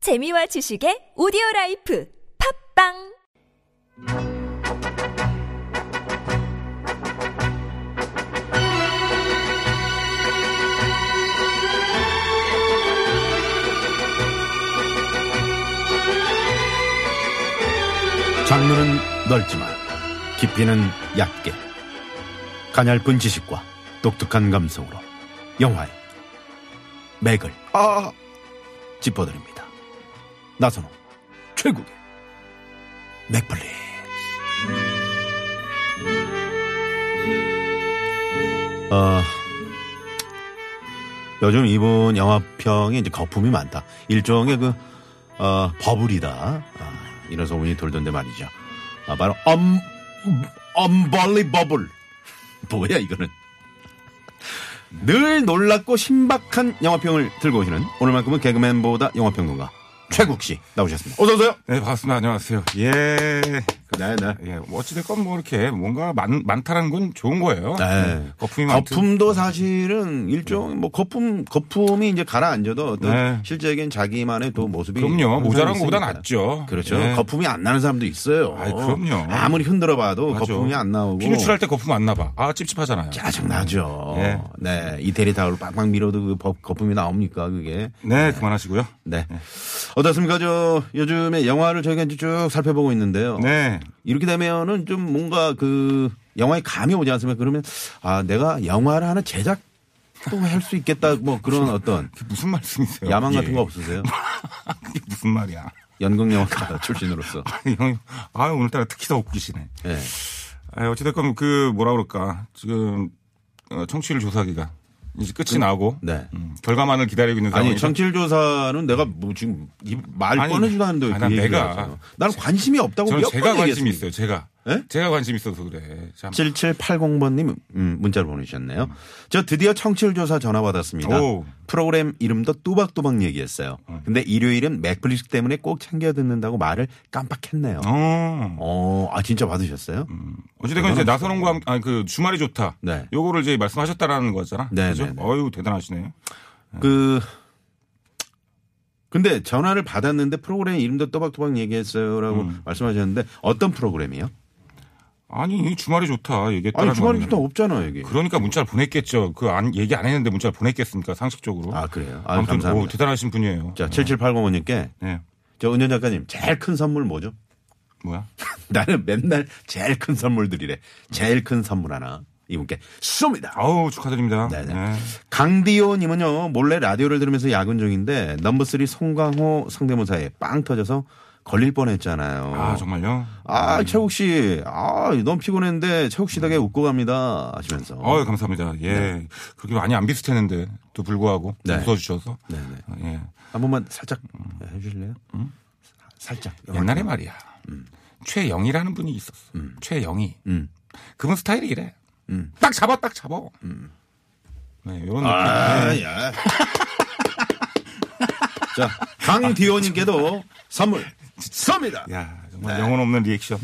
재미와 지식의 오디오 라이프 팝빵 장르는 넓지만 깊이는 얕게 가냘픈 지식과 독특한 감성으로 영화의 맥을 아, 짚어드립니다. 나선호 최국의 맥블리 어, 요즘 이번 영화평이 이제 거품이 많다. 일종의 그 어, 버블이다. 아, 이런 소문이 돌던데 말이죠. 아, 바로 엄 엄벌리 버블. 뭐야 이거는? 늘 놀랍고 신박한 영화평을 들고 오시는 오늘만큼은 개그맨보다 영화평론가 최국 씨 나오셨습니다. 어서 오세요. 네, 반갑습니다. 안녕하세요. 예. 네, 네. 예, 뭐 어찌됐건 뭐 이렇게 뭔가 많, 많다는 건 좋은 거예요. 네. 거품이 많든. 거품도 사실은 일종 뭐 거품 거품이 이제 가라앉아도 어떤 네. 실제적인 자기만의 또 모습이 그럼요. 항상 모자란 것보다 있으니까요. 낫죠. 그렇죠. 예. 거품이 안 나는 사람도 있어요. 아이, 그럼요. 아무리 흔들어봐도 맞아. 거품이 안 나오고 피 유출할 때 거품 안 나봐. 아, 찝찝하잖아요. 짜증 나죠. 예. 네, 이태리 타올 빡빡 밀어도 그 법- 거품이 나옵니까 그게? 네, 그만하시고요. 네. 어떻습니까? 저 요즘에 영화를 저희가 이제 쭉 살펴보고 있는데요. 네. 이렇게 되면은 좀 뭔가 그 영화에 감이 오지 않습니까? 그러면 아 내가 영화를 하나 제작 도 할 수 있겠다 뭐 그런 어떤 그게 무슨 말씀이세요? 야망 같은 예. 거 없으세요? 그게 무슨 말이야. 연극 영화가 출신으로서. 아니, 형님. 아, 오늘따라 특히 더 웃기시네. 예. 아, 어찌됐건 그 뭐라 그럴까. 지금 어, 청취율 조사기가 이제 끝이 나고. 네. 음, 결과만을 기다리고 있는 아니 상황이 정치일 조사는 내가 뭐 지금 이말 아니, 꺼내지도 않는데 아니, 그 얘기를 내가- 하잖아. 나는 관심이 없다고 저는 어, 몇번 제가 관심이 얘기했습니다. 있어요. 제가. 예? 제가 관심이 있어서 그래. 참. 7780번님 음, 문자를 보내주셨네요. 저 드디어 청취율 조사 전화 받았습니다. 음. 오. 프로그램 이름도 또박또박 얘기했어요. 근데 일요일은 맥플리스 때문에 꼭 챙겨 듣는다고 말을 깜빡했네요. 어, 어. 음. 아 진짜 받으셨어요? 어찌됐건 이제 나선홍과 함께, 아니, 그 주말이 좋다. 네. 요거를 이제 말씀하셨다라는 거잖아. 네, 그죠? 네, 네. 어유 대단하시네요. 그 근데 전화를 받았는데 프로그램 이름도 또박또박 얘기했어요라고 음. 말씀하셨는데 어떤 프로그램이요? 아니 주말이 좋다 얘기했다라는 아니 주말에 거는. 또 없잖아요 여기. 그러니까 문자를 보냈겠죠. 그 안, 얘기 안 했는데 문자를 보냈겠습니까? 상식적으로. 아 그래요? 아 아무튼 감사합니다. 오, 대단하신 분이에요. 자 7780번님께 네. 저 은현 작가님 제일 큰 선물 뭐죠? 뭐야? 나는 맨날 제일 큰 선물 드리래. 제일 큰 선물 하나. 이분께 쏩니다. 아우 축하드립니다. 네네. 네. 강디오님은요, 몰래 라디오를 들으면서 야근 중인데, 넘버3 송강호 상대모사에 빵 터져서 걸릴 뻔 했잖아요. 아 정말요? 아, 최욱 씨. 아, 너무 피곤했는데, 최욱 씨 덕에 웃고 갑니다. 하시면서. 어유 감사합니다. 예. 그렇게 많이 안 비슷했는데 또 불구하고 네. 웃어주셔서. 네네. 어, 예. 한 번만 살짝 해주실래요? 사- 살짝. 음? 옛날에 말이야. 음. 최영이라는 분이 있었어. 최영이. 음. 그분 스타일이 이래. 음. 딱 잡아, 딱 잡아. 네, 이런 느낌. 아, 야. 자, 강디오님께도 선물 쏩니다. 야, 정말 영혼 없는 리액션.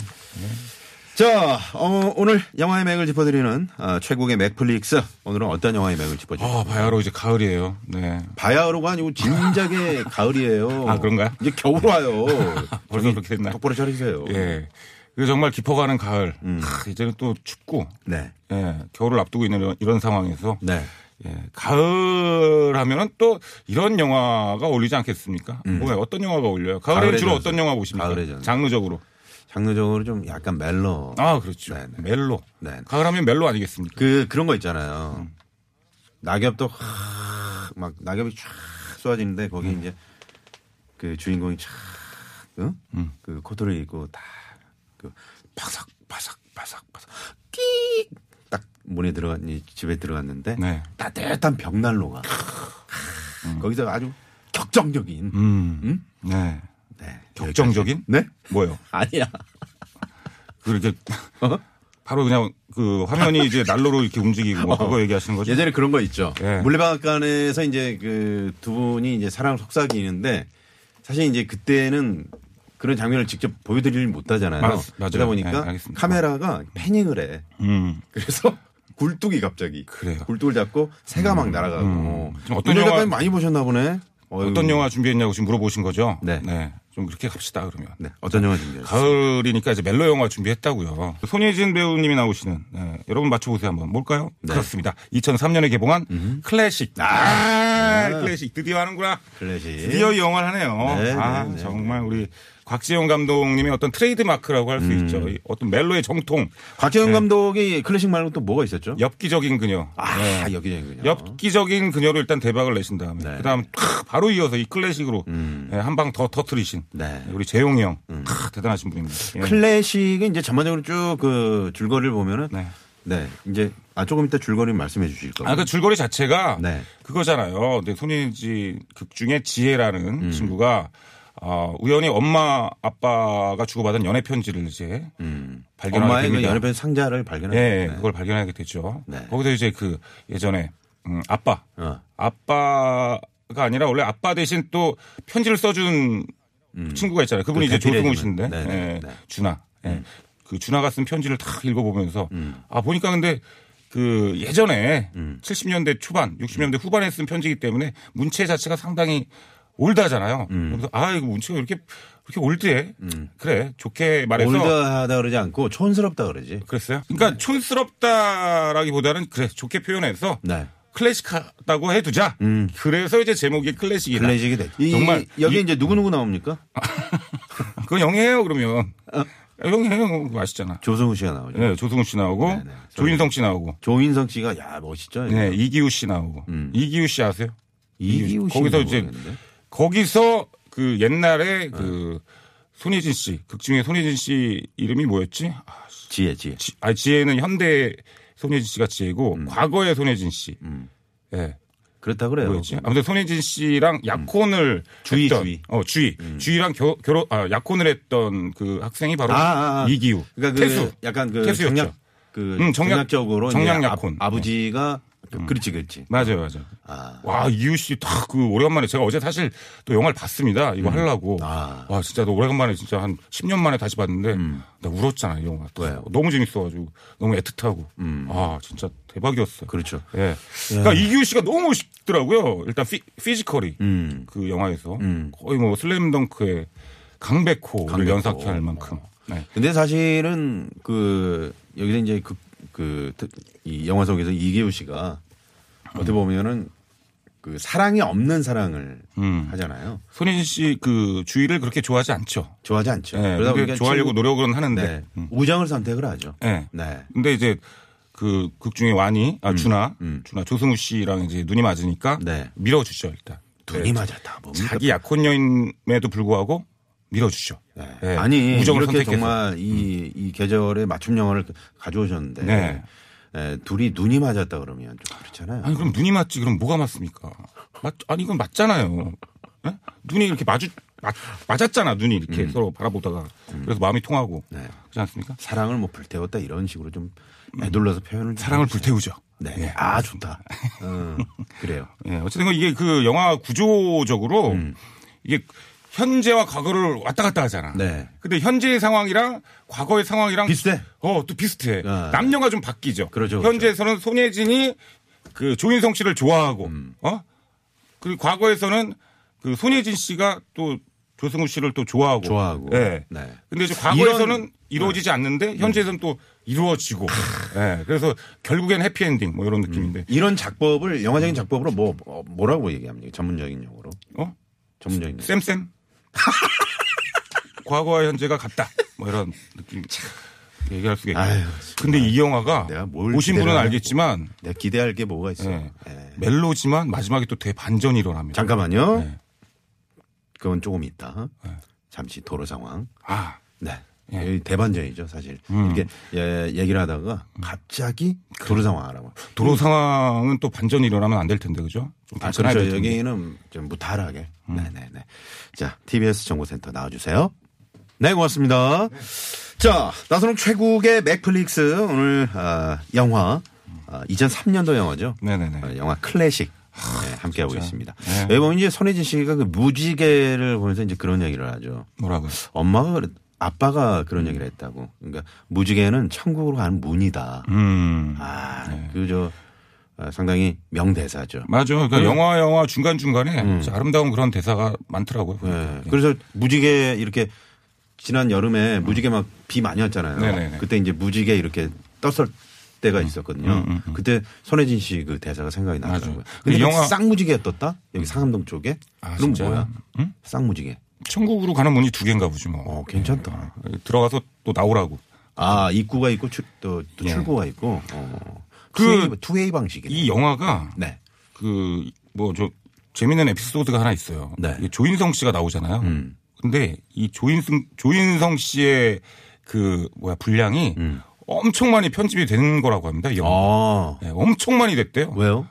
자, 어, 오늘 영화의 맥을 짚어드리는 아, 최국의 맥플릭스. 오늘은 어떤 영화의 맥을 짚어주실까요? 아, 바야로 이제 가을이에요. 네. 바야흐로가 아니고 진작의 가을이에요. 아, 그런가요? 이제 겨울 와요. 벌써 저기 그렇게 됐나요? 똑바로 차리세요. 예. 그 정말 깊어가는 가을. 크, 이제는 또 춥고, 네. 예, 겨울을 앞두고 있는 이런, 이런 상황에서. 네. 예, 가을 하면은 또 이런 영화가 어울리지 않겠습니까? 왜 어떤 영화가 어울려요? 음. 가을에 가을의 주로 전설. 어떤 영화 보십니까? 가을의 전설. 장르적으로. 장르적으로 좀 약간 멜로. 아, 그렇죠. 네네. 멜로. 네네. 가을 하면 멜로 아니겠습니까? 그, 그런 거 있잖아요. 낙엽도 확, 막, 낙엽이 촥 쏟아지는데 거기 음. 이제 그 주인공이 촥, 응? 음. 그 코트를 입고 다, 그, 바삭, 바삭, 바삭, 바삭, 끼익! 딱 문에 들어갔니, 집에 들어갔는데 네. 따뜻한 벽난로가 거기서 아주 격정적인, 음. 네. 네. 격정적인? 네? 뭐요? 아니야. 그렇게 어? 바로 그냥 그 화면이 이제 난로로 이렇게 움직이고 뭐 그거 얘기하시는 어. 거죠? 예전에 그런 거 있죠. 예. 물레방앗간에서 이제 그 두 분이 이제 사랑 속삭이는데 사실 이제 그때는 그런 장면을 직접 보여드리지 못하잖아요. 맞- 맞아요. 그러다 보니까 예, 알겠습니다. 카메라가 패닝을 해. 음. 그래서 굴뚝이 갑자기 그래요. 굴뚝을 잡고 새가 막 날아가고. 좀 어떤 윤 작가님 영화- 많이 보셨나 보네. 어이구. 어떤 영화 준비했냐고 지금 물어보신 거죠? 그 네. 좀 그렇게 갑시다 그러면. 네, 어떤 영화 준비했어요? 가을이니까 이제 멜로 영화 준비했다고요. 네. 손예진 배우님이 나오시는 네, 여러분 맞춰보세요 한번 뭘까요? 네. 그렇습니다. 2003년에 개봉한 음. 클래식. 아, 클래식 드디어 하는구나. 네. 클래식. 드디어 이 영화를 하네요. 예. 네, 아 네, 네. 정말 우리 곽지영 감독님의 어떤 트레이드 마크라고 할 수 음. 있죠. 이 어떤 멜로의 정통 곽재현 네. 감독이 클래식 말고 또 뭐가 있었죠? 엽기적인 그녀. 아, 네. 여기저기군요. 엽기적인 그녀로 일단 대박을 내신 다음에 네. 음. 그다음 탁 바로 이어서 이 클래식으로 예, 한 방 더 터트리신 네. 우리 재용이 형 탁, 대단하신 분입니다. 예. 클래식은 이제 전반적으로 쭉 그 줄거리를 보면은 네. 네. 이제 아 조금 이따 줄거리 말씀해 주실 거예요. 아, 그 줄거리 자체가 네. 그거잖아요. 근데 손예지 극 중에 지혜라는 음. 친구가 어, 우연히 엄마 아빠가 주고받은 연애 편지를 이제 발견하게 엄마의 그 됩니다. 연애편 상자를 발견한 예, 예, 거예요. 그걸 발견하게 되죠. 네. 거기서 이제 그 예전에 음, 아빠, 어. 아빠가 아니라 원래 아빠 대신 또 편지를 써준 친구가 있잖아요. 그분이 그 이제 대필해주는. 조승우 씨인데 네, 네, 예, 네. 준하. 예. 그 준하가 쓴 편지를 탁 읽어보면서 음. 아 보니까 근데 그 예전에 70년대 초반, 음. 60년대 후반에 쓴 편지이기 때문에 문체 자체가 상당히 올드하잖아요. 음. 그래서 아 이거 문체가 이렇게 이렇게 올드해. 그래 좋게 말해서 올드하다 그러지 않고 촌스럽다 그러지. 그랬어요? 네. 그러니까 촌스럽다라기보다는 그래 좋게 표현해서 네. 음. 클래식하다고 해두자. 그래서 이제 제목이 클래식이다. 클래식이 돼. 이, 네. 정말 여기 이- 이제 누구 누구 나옵니까? 그건 영예예요 그러면. 어. 아, 영예예요 그거 아시잖아. 조성우 씨가 나오죠. 네, 조승우 씨 나오고 네. 조인성 씨 나오고 조인성 씨가 야 멋있죠. 이거. 네, 이기우 씨 나오고 이기우 씨 아세요? 음. 이기우 씨 거기서 이제 거기서 그 옛날에 네. 그 손예진 씨 극중에 손예진 씨 이름이 뭐였지? 아, 지혜 지혜. 지, 아, 지혜는 현대 손예진 씨가 지혜고 음. 과거의 손예진 씨. 예. 그렇다 그래요. 뭐였지? 아무튼 손예진 씨랑 약혼을 음. 주희, 했던, 주희. 어 주희 주희랑 겨- 결혼 아, 약혼을 했던 그 학생이 바로 음. 아, 아, 아. 이기우 그러니까 그 태수 약간 그 태수였죠. 정략 그 음, 정략- 정략, 적으로 정략 약혼. 음. 아, 버지가 그렇지 그렇지. 맞아요 맞아요 아. 와 이유 씨딱그 오래간만에 제가 어제 사실 또 영화를 봤습니다 이거 하려고 아. 음. 와 진짜 너 오래간만에 진짜 한 10년 만에 다시 봤는데 나 울었잖아 이 영화 왜요? 음. 너무 재밌어가지고 너무 애틋하고 아 진짜 대박이었어요 그렇죠. 예. 그러니까 이기우 씨가 너무 멋있더라고요. 일단 피, 피지컬이 음. 그 영화에서 거의 뭐 슬램덩크의 강백호를 강백호. 어. 연상케할 만큼. 네. 근데 사실은 그 여기서 이제 그 그 이 영화 속에서 이기우 씨가 어떻게 보면은 그 사랑이 없는 사랑을 음. 하잖아요. 손예진 씨 그 주위를 그렇게 좋아하지 않죠. 좋아하지 않죠. 예. 그러니까 좋아하려고 그렇죠. 친구- 노력은 하는데. 음. 네. 우정을 선택을 하죠. 예. 네. 근데 이제 그 극중에 완이 아 준하 준하 조승우 씨랑 이제 눈이 맞으니까 음. 네. 밀어주죠 일단. 둘이 맞았다. 뭐. 뭡니까? 자기 약혼 여인에도 불구하고 밀어주죠. 네. 예. 아니 우정을 이렇게 선택해서. 음. 정말 이, 이 계절에 맞춤 영화를 가져오셨는데 네. 예, 둘이 눈이 맞았다 그러면 좀 그렇잖아요. 아니 그럼 눈이 맞지 그럼 뭐가 맞습니까? 맞, 아니 이건 맞잖아요. 예? 눈이 이렇게 마주 맞, 맞았잖아 눈이 이렇게 서로 바라보다가 그래서 마음이 통하고 네. 그렇지 않습니까? 사랑을 뭐 불태웠다 이런 식으로 좀 애둘러서 표현을 좀 음. 사랑을 해주세요. 불태우죠. 네, 아 좋다. 어, 그래요. 예, 어쨌든 이게 그 영화 구조적으로 음. 이게 현재와 과거를 왔다 갔다 하잖아. 네. 근데 현재의 상황이랑 과거의 상황이랑 비슷해. 어, 또 비슷해. 아. 남녀가 좀 바뀌죠. 그렇죠, 그렇죠. 현재에서는 손예진이 그 조인성 씨를 좋아하고 음. 어? 그리고 과거에서는 그 손예진 씨가 또 조승우 씨를 또 좋아하고. 좋아하고. 예. 네. 근데 이제 과거에서는 이런- 네. 음. 이루어지지 않는데 현재에서는 또 이루어지고. 아. 예. 그래서 결국엔 해피엔딩 뭐 이런 느낌인데. 이런 작법을 영화적인 작법으로 뭐 어, 뭐라고 얘기합니까? 전문적인 용어로. 어? 전문적인. 용어. 쌤쌤. 과거와 현재가 같다. 뭐 이런 느낌. 얘기할 수가 있고. 아유, 근데 이 영화가 내가 뭘 보신 분은 기대를 알겠지만 내가 네, 기대할 게 뭐가 있어? 요 예, 멜로지만 마지막에 또 대반전이 일어납니다. 잠깐만요. 그건 조금 있다. 잠시 도로 상황. 아, 네. 이 대반전이죠, 사실. 이렇게 예, 얘기를 하다가 갑자기 도로 상황 알아봐. 도로 상황은 또 반전이 일어나면 안 될 텐데 그죠? 좀 아, 발전해야 될 그렇죠. 텐데. 음. 여기는 좀 무탈하게. 네네네. 자, TBS 정보센터 나와주세요. 네, 고맙습니다. 자, 나선홍 최국의 맥플릭스 오늘 아, 영화 아, 2003년도 영화죠. 네네네. 어, 영화 클래식 네, 함께 하고 있습니다. 네. 여기 보면 이제 손혜진 씨가 그 무지개를 보면서 이제 그런 얘기를 하죠. 뭐라고요? 엄마가 그랬- 아빠가 음. 그런 얘기를 했다고. 그러니까 무지개는 천국으로 가는 문이다. 음. 아, 그저 어, 상당히 명대사죠. 맞아. 요 음. 그러니까 영화 영화 중간 중간에 아름다운 그런 대사가 많더라고요. 예. 보니까. 그래서 무지개 이렇게 지난 여름에 무지개 막 비 많이 왔잖아요. 네네네. 음, 그때 이제 무지개 이렇게 떴을 때가 있었거든요. 그때 손혜진 씨 그 대사가 생각이 나더라고요. 근데 그 영화- 음. 쌍무지개 떴다? 여기 상암동 쪽에? 아, 그럼 진짜요? 뭐야? 쌍무지개. 천국으로 가는 문이 두 개인가 보지 뭐. 어, 괜찮다. 들어가서 또 나오라고. 아, 입구가 있고 출, 또, 또 예. 출구가 있고. 어. 그- 투웨이, 투웨이 방식이네. 이 영화가 네. 그 뭐 저 재밌는 에피소드가 하나 있어요. 네. 음. 이게 조인성 씨가 나오잖아요. 근데 이 조인성 조인성 씨의 그 뭐야 분량이 엄청 많이 편집이 되는 거라고 합니다. 이 영화. 음. 아, 네, 엄청 많이 됐대요. 왜요?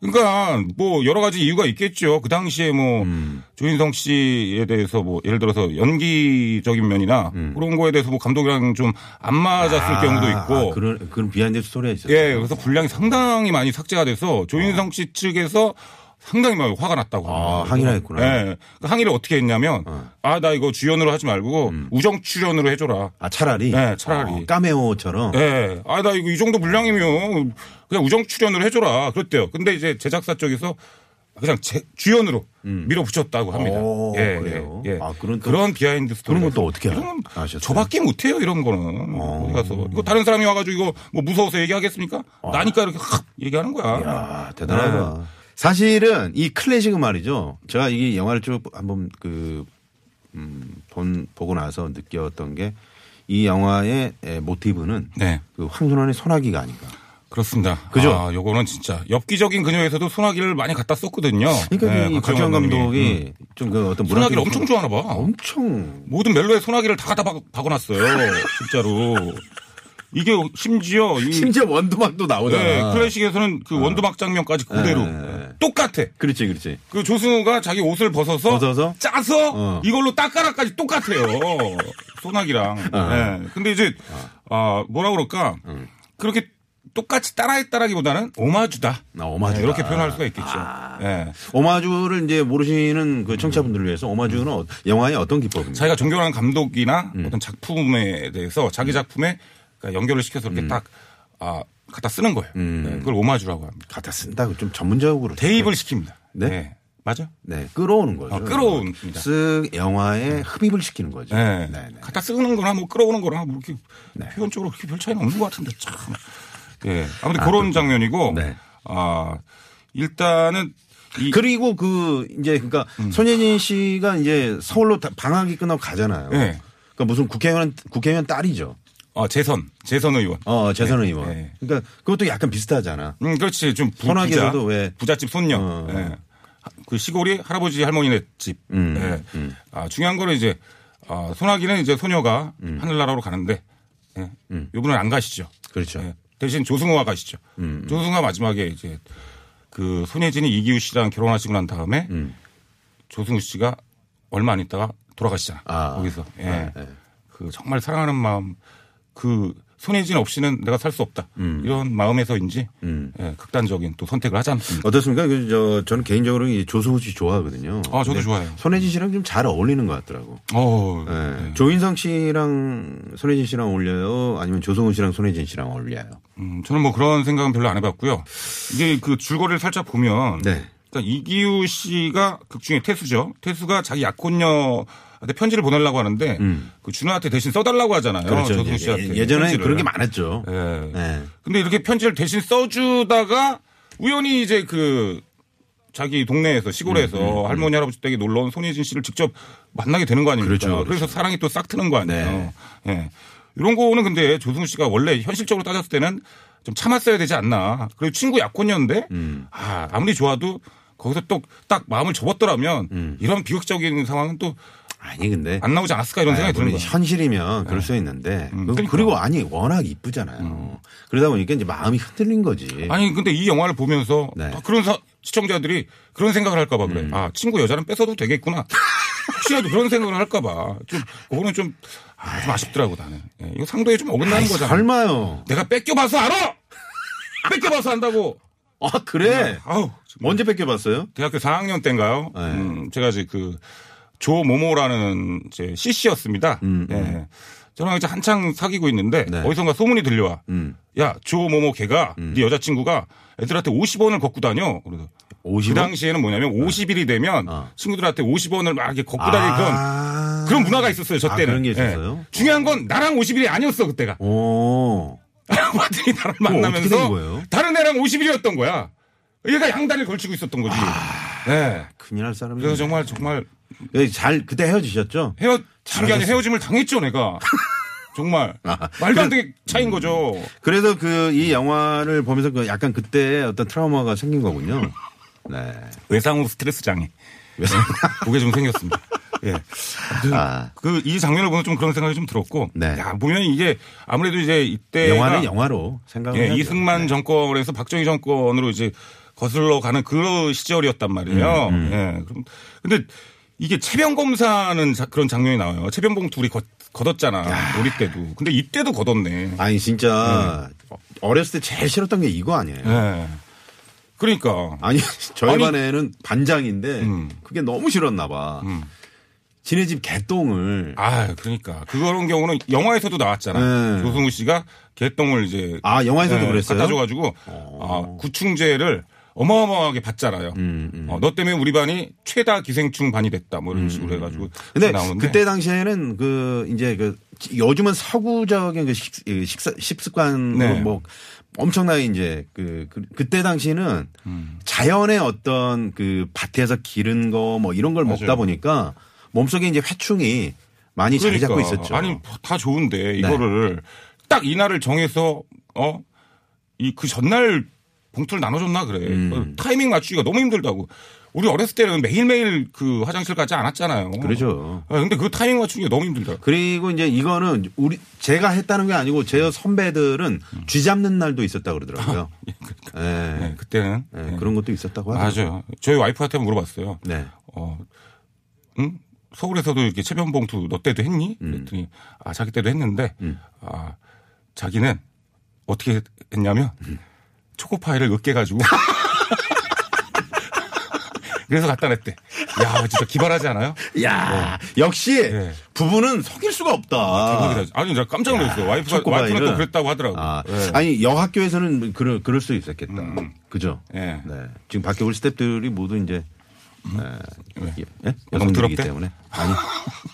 그러니까 뭐 여러 가지 이유가 있겠죠. 그 당시에 뭐 음. 조인성 씨에 대해서 뭐 예를 들어서 연기적인 면이나 그런 거에 대해서 뭐 감독이랑 좀 안 맞았을 경우도 있고. 음. 아, 그런, 그런 비하인드 스토리가 있었어요. 예, 그래서 분량이 상당히 많이 삭제가 돼서 조인성 씨 측에서 상당히 많이 화가 났다고. 아, 합니다. 항의를 했구나. 예. 그 항의를 어떻게 했냐면 아, 나 이거 주연으로 하지 말고 음. 우정 출연으로 해줘라. 아, 차라리? 네, 차라리. 어, 까메오처럼? 예. 아, 나 이거 이 정도 분량이면 그냥 우정 출연을 해줘라. 그랬대요. 근데 이제 제작사 쪽에서 그냥 제- 주연으로 밀어붙였다고 합니다. 오, 예, 음. 그래요? 예, 예. 아, 그런 또- 그런 비하인드 스토리. 그런 건또 어떻게 아- 아셨어요? 저밖에 못해요, 이런 거는. 어디 가서. 이거 다른 사람이 와가지고 이거 뭐 무서워서 얘기하겠습니까? 나니까 이렇게 확 얘기하는 거야. 아. 야 아, 네. 대단하다. 사실은 이 클래식은 말이죠. 제가 이 영화를 쭉 한번 그, 음, 본, 보고 나서 느꼈던 게 이 영화의 에, 모티브는 네. 그 황준원의 소나기가 아닌가. 그렇습니다. 그죠? 아, 요거는 진짜 엽기적인 그녀에서도 소나기를 많이 갖다 썼거든요. 그러니까 네, 이 곽지원 감독님이. 감독이 좀 그 어떤 음. 문학적인 소나기를 엄청 소- 좋아하나 봐. 엄청 모든 멜로에 소나기를 다 갖다 박- 박아놨어요. 진짜로. 이게 심지어 이 심지어 원두막도 나오잖아. 아. 네, 클래식에서는 그 원두막 장면까지 그대로 네. 똑같아. 그렇지, 그렇지. 그 조승우가 자기 옷을 벗어서, 벗어서? 짜서 어. 이걸로 딱가락까지 똑같아요. 소나기랑. 네. 근데 이제 아 뭐라 그럴까 음. 그렇게 똑같이 따라했다라기보다는 오마주다. 아, 오마주다. 아. 이렇게 표현할 수가 있겠죠. 네. 오마주를 이제 모르시는 그 청취자분들을 위해서 오마주는 어- 영화의 어떤 기법입니까? 음. 자기가 존경하는 감독이나 어떤 작품에 대해서 자기 작품에 그러니까 연결을 시켜서 이렇게 딱 아, 갖다 쓰는 거예요. 네, 그걸 오마주라고 합니다. 갖다 쓴다. 좀 전문적으로. 대입을 시킵니다. 네? 그렇죠. 맞아? 네, 끌어오는 거죠. 아, 끌어옵니다. 쓱 영화에 흡입을 시키는 거죠. 네. 네, 네. 갖다 쓰는 거나 뭐 끌어오는 거나 뭐 이렇게 표현적으로 그렇게 별 차이는 없는 것 같은데 참. 예. 아무튼 그런 장면이고. 네. 아, 일단은 이 그리고 그 이제 그러니까 음. 손예진 씨가 이제 서울로 다- 방학이 끝나고 가잖아요. 네. 그러니까 무슨 국회의원 국회의원 딸이죠. 어, 재선, 재선 의원. 어, 재선 의원. 네. 그러니까 그것도 약간 비슷하잖아. 음, 그렇지. 좀 부, 부자. 소나기에서도 왜- 부잣집 손녀. 어. 예. 하- 그 시골이 할아버지 할머니네 집. 음, 예. 아, 중요한 거는 이제 아, 소나기는 이제 소녀가 음. 하늘나라로 가는데 예. 요분은 안 가시죠. 그렇죠. 예. 대신 조승우가 가시죠. 조승우가 마지막에 이제 그 손예진이 이기우 씨랑 결혼하시고 난 다음에 조승우 씨가 얼마 안 있다가 돌아가시잖아. 아. 거기서. 예. 그 정말 사랑하는 마음 그 손예진 없이는 내가 살 수 없다. 이런 음. 마음에서인지 예, 극단적인 또 선택을 하지 않습니까? 어떻습니까? 그 저 저는 개인적으로 이 조승우 씨 좋아하거든요. 아, 저도 근데 좋아해요. 손예진 씨랑 좀 잘 어울리는 것 같더라고. 어. 예. 조인성 씨랑 손예진 씨랑 어울려요? 아니면 조승우 씨랑 손예진 씨랑 어울려요? 음, 저는 뭐 그런 생각은 별로 안 해봤고요. 이게 그 줄거리를 살짝 보면 네. 그러니까 이기우 씨가 극중에 태수죠. 태수가 자기 약혼녀한테 편지를 보내려고 하는데 그 준호한테 대신 써달라고 하잖아요. 조승우 씨한테 음. 그렇죠. 예, 전에 편지를. 그런 게 많았죠. 예. 네. 근데 이렇게 편지를 대신 써주다가 우연히 이제 그 자기 동네에서 음, 시골에서 할머니 할아버지 댁에 놀러 온 손예진 씨를 직접 만나게 되는 거 아닙니까? 그렇죠, 네. 래서 사랑이 또 싹 트는 거 아니에요. 예. 이런 거는 근데 조승우 씨가 원래 현실적으로 따졌을 때는 좀 참았어야 되지 않나. 그리고 친구 약혼녀인데 음. 아, 아무리 좋아도 거기서 또 딱 마음을 접었더라면 이런 비극적인 상황은 또 안 아니 근데 나오지 않았을까 이런 생각이 아니, 드는 물론 거예요. 현실이면 그럴 수 있는데 그- 그러니까. 그리고 아니 워낙 이쁘잖아요. 그러다 보니까 이제 마음이 흔들린 거지. 아니 근데 이 영화를 보면서 예. 네. 음. 아, 그런 사- 시청자들이 그런 생각을 할까봐 그래. 아 친구 여자는 뺏어도 되겠구나. 혹시라도 그런 생각을 할까봐 좀 그거는 좀, 아, 좀 아쉽더라고 나는. 예, 이거 상도에 좀 어긋나는 아이, 거잖아. 설마요. 내가 뺏겨봐서 알아. 뺏겨봐서 안다고. 아 그래. 아우 정말. 언제 뺏겨봤어요? 대학교 4학년 때인가요? 네. 음, 제가 이제 그 조모모라는 이제 CC였습니다. 예. 저랑 이제 한창 사귀고 있는데 음, 네. 어디선가 소문이 들려와. 음. 야, 조모모 걔가 네 여자친구가 애들한테 50원을 걷고 다녀. 그래서 50원? 그 당시에는 뭐냐면 50일이 되면 네. 어. 친구들한테 50원을 막 이렇게 걷고 다니던 아. 그런 문화가 있었어요, 저 아, 때는. 그런 게 예. 있었어요? 중요한 건 나랑 50일이 아니었어, 그때가. 오. 아버들이 나랑 어떻게 된 거예요? 만나면서 다른 애랑 50일이었던 거야. 얘가 양다리를 걸치고 있었던 거지. 아. 예. 큰일 날 사람이. 예, 그래서 정말, 정말 잘 그때 헤어지셨죠? 헤어, 신기하게 헤어짐을 아, 당했죠, 내가. 정말. 말도 안 되게 차인 거죠. 그래서 그 이 영화를 보면서 그 약간 그때 어떤 트라우마가 생긴 거군요. 네. 외상후 스트레스 장애. 그게 좀 생겼습니다. 예. 아. 그 이 장면을 보면 좀 그런 생각이 좀 들었고. 네. 야, 보면 이게 아무래도 이제 이때 영화는 영화로 생각을 네, 예, 해야죠. 이승만 정권에서 박정희 정권으로 이제 거슬러 가는 그 시절이었단 말이에요. 예. 그럼 근데 이게 체병 검사는 자- 그런 장면이 나와요. 체병 봉투 우리 걷, 걷었잖아. 우리 때도. 근데 이때도 걷었네. 아니 진짜 음. 어렸을 때 제일 싫었던 게 이거 아니에요. 예. 그러니까 아니 저희 아니. 음. 반에는 반장인데 그게 너무 싫었나 봐. 지네 집 개똥을 아, 그러니까 그런 경우는 영화에서도 나왔잖아. 네. 조승우 씨가 개똥을 이제 예, 아, 영화에서도 그랬어요? 네, 어. 갖다 줘가지고 아, 구충제를 어마어마하게 받잖아요. 음, 어, 너 때문에 우리 반이 최다 기생충 반이 됐다. 뭐 이런 식으로 해가지고 음, 근데 나오는데 그때 당시에는 그 이제 그 요즘은 서구적인 그 식, 식사, 식습관 네. 뭐 엄청나게 이제 그, 그, 때 당시는 음. 자연의 어떤 그 밭에서 기른 거 뭐 이런 걸 먹다 맞아요. 보니까 몸속에 이제 회충이 많이 자리 잡고 있었죠. 그러니까. 네. 아니 뭐 다 좋은데 이거를 딱 이날을 정해서 어? 어이 그 전날 봉투를 나눠줬나 그래 음. 어, 타이밍 맞추기가 너무 힘들다고 우리 어렸을 때는 매일매일 그 화장실 가지 않았잖아요. 그러죠. 예, 근데 그 타이밍 맞추기가 너무 힘들다. 그리고 이제 이거는 우리 제가 했다는 게 아니고 제 선배들은 쥐 잡는 날도 있었다 그러더라고요. 예. 예, 그때는 예, 예. 그런 것도 있었다고 하죠. 맞아요. 저희 와이프한테 물어봤어요. 네. 어, 응? 서울에서도 이렇게 체변 봉투 너 때도 했니? 음. 그랬더니 아 자기 때도 했는데 아 자기는 어떻게 했냐면 음. 초코파이를 으깨가지고 그래서 갖다 냈대. 야 진짜 기발하지 않아요? 야 역시 네. 부부는 속일 수가 없다. 대박이다. 아니 나 깜짝 놀랐어. 와이프가 초코바이를. 와이프가 또 그랬다고 하더라고. 아, 예. 아니 여학교에서는 그럴 그럴 수 있었겠다. 그죠? 음, 예. 네. 지금 밖에 올 스탭들이 모두 이제 예, 왜? 예? 너무 여성들이기 더럽대? 때문에 아니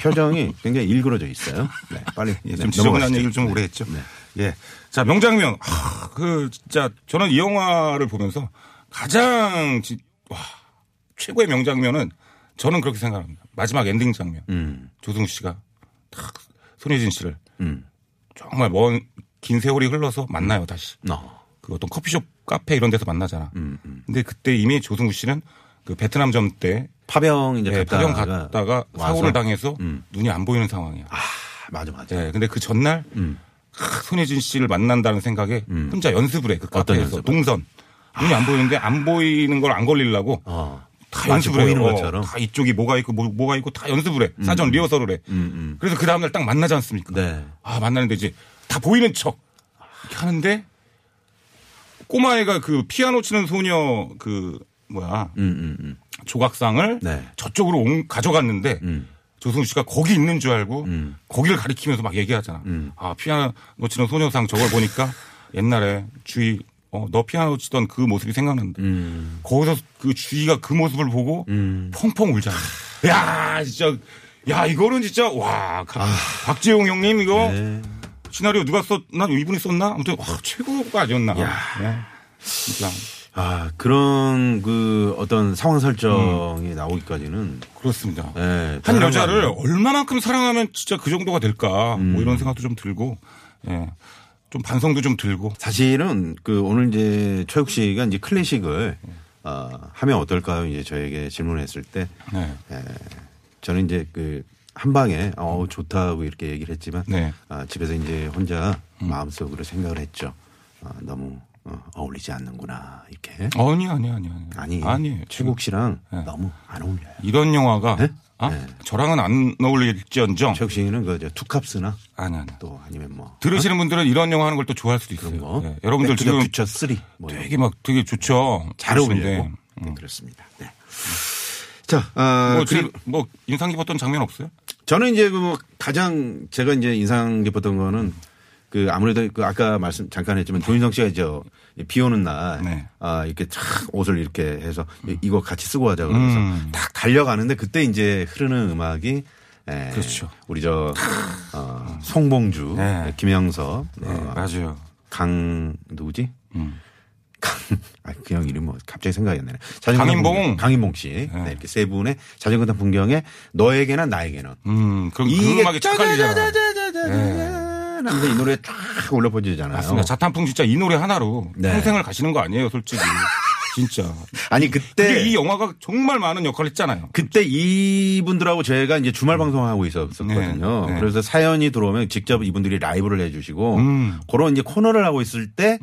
표정이 굉장히 일그러져 있어요. 네, 빨리 예, 네, 좀 지저분한 넘어가시죠. 얘기를 좀 네. 오래 했죠. 네. 예. 자, 명장면. 하, 그, 진짜, 저는 이 영화를 보면서 가장, 지- 와, 최고의 명장면은 저는 그렇게 생각합니다. 마지막 엔딩 장면. 음, 조승우 씨가 탁, 손예진 씨를 음, 정말 먼, 긴 세월이 흘러서 만나요, 다시. 어. 그 어떤 커피숍, 카페 이런 데서 만나잖아. 음, 근데 그때 이미 조승우 씨는 그 베트남점 때 파병 이제 예, 파병 갔다가, 갔다가 와서- 사고를 당해서 음. 눈이 안 보이는 상황이야. 아, 맞아 맞아. 예, 근데 그 전날 음. 크, 손예진 씨를 만난다는 생각에 혼자 연습을 해. 그 어떤 카페에서 연습을? 동선. 눈이 안 보이는데 안 보이는 걸 안 걸리려고 어. 다 마치 연습을 해요. 보이는 어, 것처럼. 음. 다 이쪽이 뭐가 있고 뭐, 가 있고 다 연습을 해. 사전 리허설을 해. 그래서 그 다음날 딱 만나지 않습니까? 네. 아, 만나는데 이제 다 보이는 척 이렇게 하는데 꼬마애가 그 피아노 치는 소녀 그 뭐야 음, 음, 음. 조각상을 네. 음. 저쪽으로 온, 가져갔는데 조승우 씨가 거기 있는 줄 알고 거기를 가리키면서 막 얘기하잖아. 음. 아 피아노 치는 소녀상 저걸 보니까 옛날에 주희 어, 너 피아노 치던 그 모습이 생각난다. 음. 거기서 그 주희가 그 모습을 보고 펑펑 울잖아. 야 진짜 야 이거는 진짜 와 아. 가- 박재용 형님 이거 네. 시나리오 누가 썼나 이분이 썼나 아무튼 와 최고가 아니었나. 네. 진짜 아 그런 그 어떤 상황 설정이 나오기까지는 그렇습니다. 예, 음. 한 대단한 여자를 거 얼마만큼 사랑하면 진짜 그 정도가 될까 음. 뭐 이런 생각도 좀 들고 예. 좀 반성도 좀 들고 사실은 그 오늘 이제 최욱 씨가 이제 클래식을 음. 어, 하면 어떨까요? 이제 저에게 질문했을 때 네. 저는 이제 그 한방에 어 좋다고 이렇게 얘기를 했지만 음. 네. 아, 집에서 이제 혼자 마음속으로 생각을 했죠. 아, 너무 어, 어울리지 않는구나 이렇게. 아니 아니 아니 아니 아니, 아니 최국 씨랑 네. 너무 안 어울려요. 이런 영화가 네? 아 네. 저랑은 안 어울릴지언정 최국 씨는 그 저 투캅스나 아니 아니 또 아니면 뭐 들으시는 분들은 이런 영화 하는 걸 또 좋아할 수도 그런 있어요. 거. 예. 여러분들 백투더 지금 퓨처 3. 뭐 이런 되게 막 되게 좋죠. 잘 좋으신데. 음. 어울려요. 네, 그렇습니다. 네. 자, 어, 뭐, 그리고- 제일 뭐 인상 깊었던 장면 없어요? 저는 이제 그뭐 가장 제가 이제 인상 깊었던 거는 그 아무래도 그 아까 말씀 잠깐 했지만 조인성 씨가 이제 비 오는 날 네. 아, 이렇게 촥 옷을 이렇게 해서 이- 이거 같이 쓰고 하자 그래서 음. 딱 달려가는데 그때 이제 흐르는 음악이 에, 그렇죠. 우리 저 어, 송봉주, 예, 네. 김영섭, 네, 음. 어, 맞아요. 강 누구지? 강, 아, 그형 이름 뭐 갑자기 생각이 안 나네. 자전거 강인봉. 풍경, 강인봉 씨. 네, 이렇게 세 분의 자전거 탄 풍경에 너에게나 나에게는 음, 그럼 그 이게 음악이 착각이잖아요. 짜자자자자자자자 하면서 이 노래 쫙 올라 퍼지잖아요. 맞습니다. 그러니까 자탄풍 진짜 이 노래 하나로 어. 네. 평생을 가시는 거 아니에요, 솔직히. 진짜. 아니 근데 그때 이 영화가 정말 많은 역할을 했잖아요. 그때 이분들하고 제가 이제 주말 방송하고 있었거든요. 네, 네. 그래서 사연이 들어오면 직접 이분들이 라이브를 해주시고 음. 그런 이제 코너를 하고 있을 때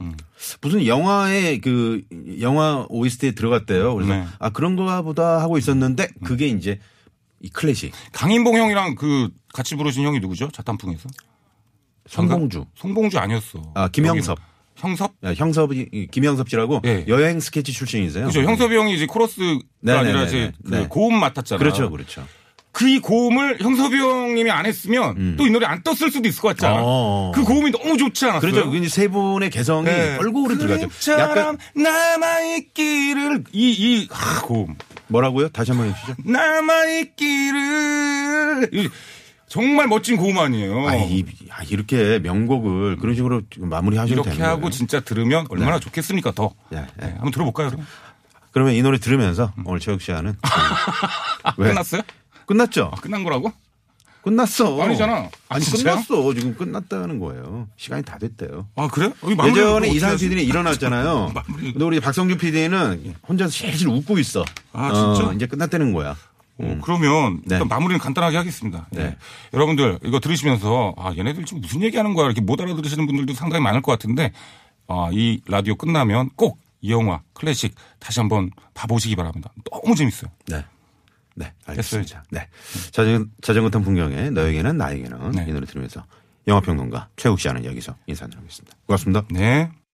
무슨 영화에 그 영화 OST에 들어갔대요. 그래서 네. 아 그런 거가 보다 하고 있었는데 그게 이제 이 클래식 강인봉 형이랑 그 같이 부르신 형이 누구죠? 자탄풍에서? 성봉주 송봉주 아니었어. 아, 김형섭. 여기 뭐. 형섭? 야, 형섭이 김형섭 씨라고 예. 여행 스케치 출신이세요. 그죠. 형섭이 형이 이제 코러스가 그 네, 아니라 네, 이제 네, 네. 그 고음 맡았잖아요. 그렇죠, 그렇죠. 그 이 고음을 형섭이 형님이 안 했으면 또 이 노래 안 떴을 수도 있을 것 같잖아. 음. 어. 그 고음이 너무 좋지 않았어요? 그렇죠. 그세 분의 개성이 네. 얼굴에 들어가죠. 예. 약간 약간 남아있기를 이이 하, 고음 뭐라고요? 다시 한 번 해주시죠. 남아있기를 이 정말 멋진 고음 아니에요. 아, 이, 아, 이렇게 명곡을 그런 식으로 지금 마무리하셔도 이렇게 되는 하고 거예요. 네. 진짜 들으면 얼마나 좋겠습니까 더. 예, 예. 네, 한번 들어볼까요? 그럼? 그러면 이 노래 들으면서 오늘 최혁 씨와는 아, 왜? 끝났어요? 끝났죠. 아, 끝난 거라고? 끝났어. 아니잖아. 아니 진짜요? 끝났어. 지금 끝났다는 거예요. 시간이 다 됐대요. 아 그래? 어, 이 마무리를 예전에 어떻게 이상한 하지? PD는 일어났잖아요. 마무리를- 근데 우리 박성준 PD는 혼자서 실실 웃고 있어. 아, 진짜? 어, 이제 끝났다는 거야. 어, 그러면 네. 일단 마무리는 간단하게 하겠습니다. 네. 예. 여러분들 이거 들으시면서 아 얘네들 지금 무슨 얘기하는 거야 이렇게 못 알아들으시는 분들도 상당히 많을 것 같은데 아, 이 라디오 끝나면 꼭 이 영화 클래식 다시 한번 봐보시기 바랍니다. 너무 재밌어요. 네. 네, 됐어요, 알겠습니다. 네. 자전, 자전거 탄 풍경에 너에게는 나에게는 네. 이 노래 들으면서 영화평론가 최욱 씨와는 여기서 인사드리겠습니다. 고맙습니다. 네.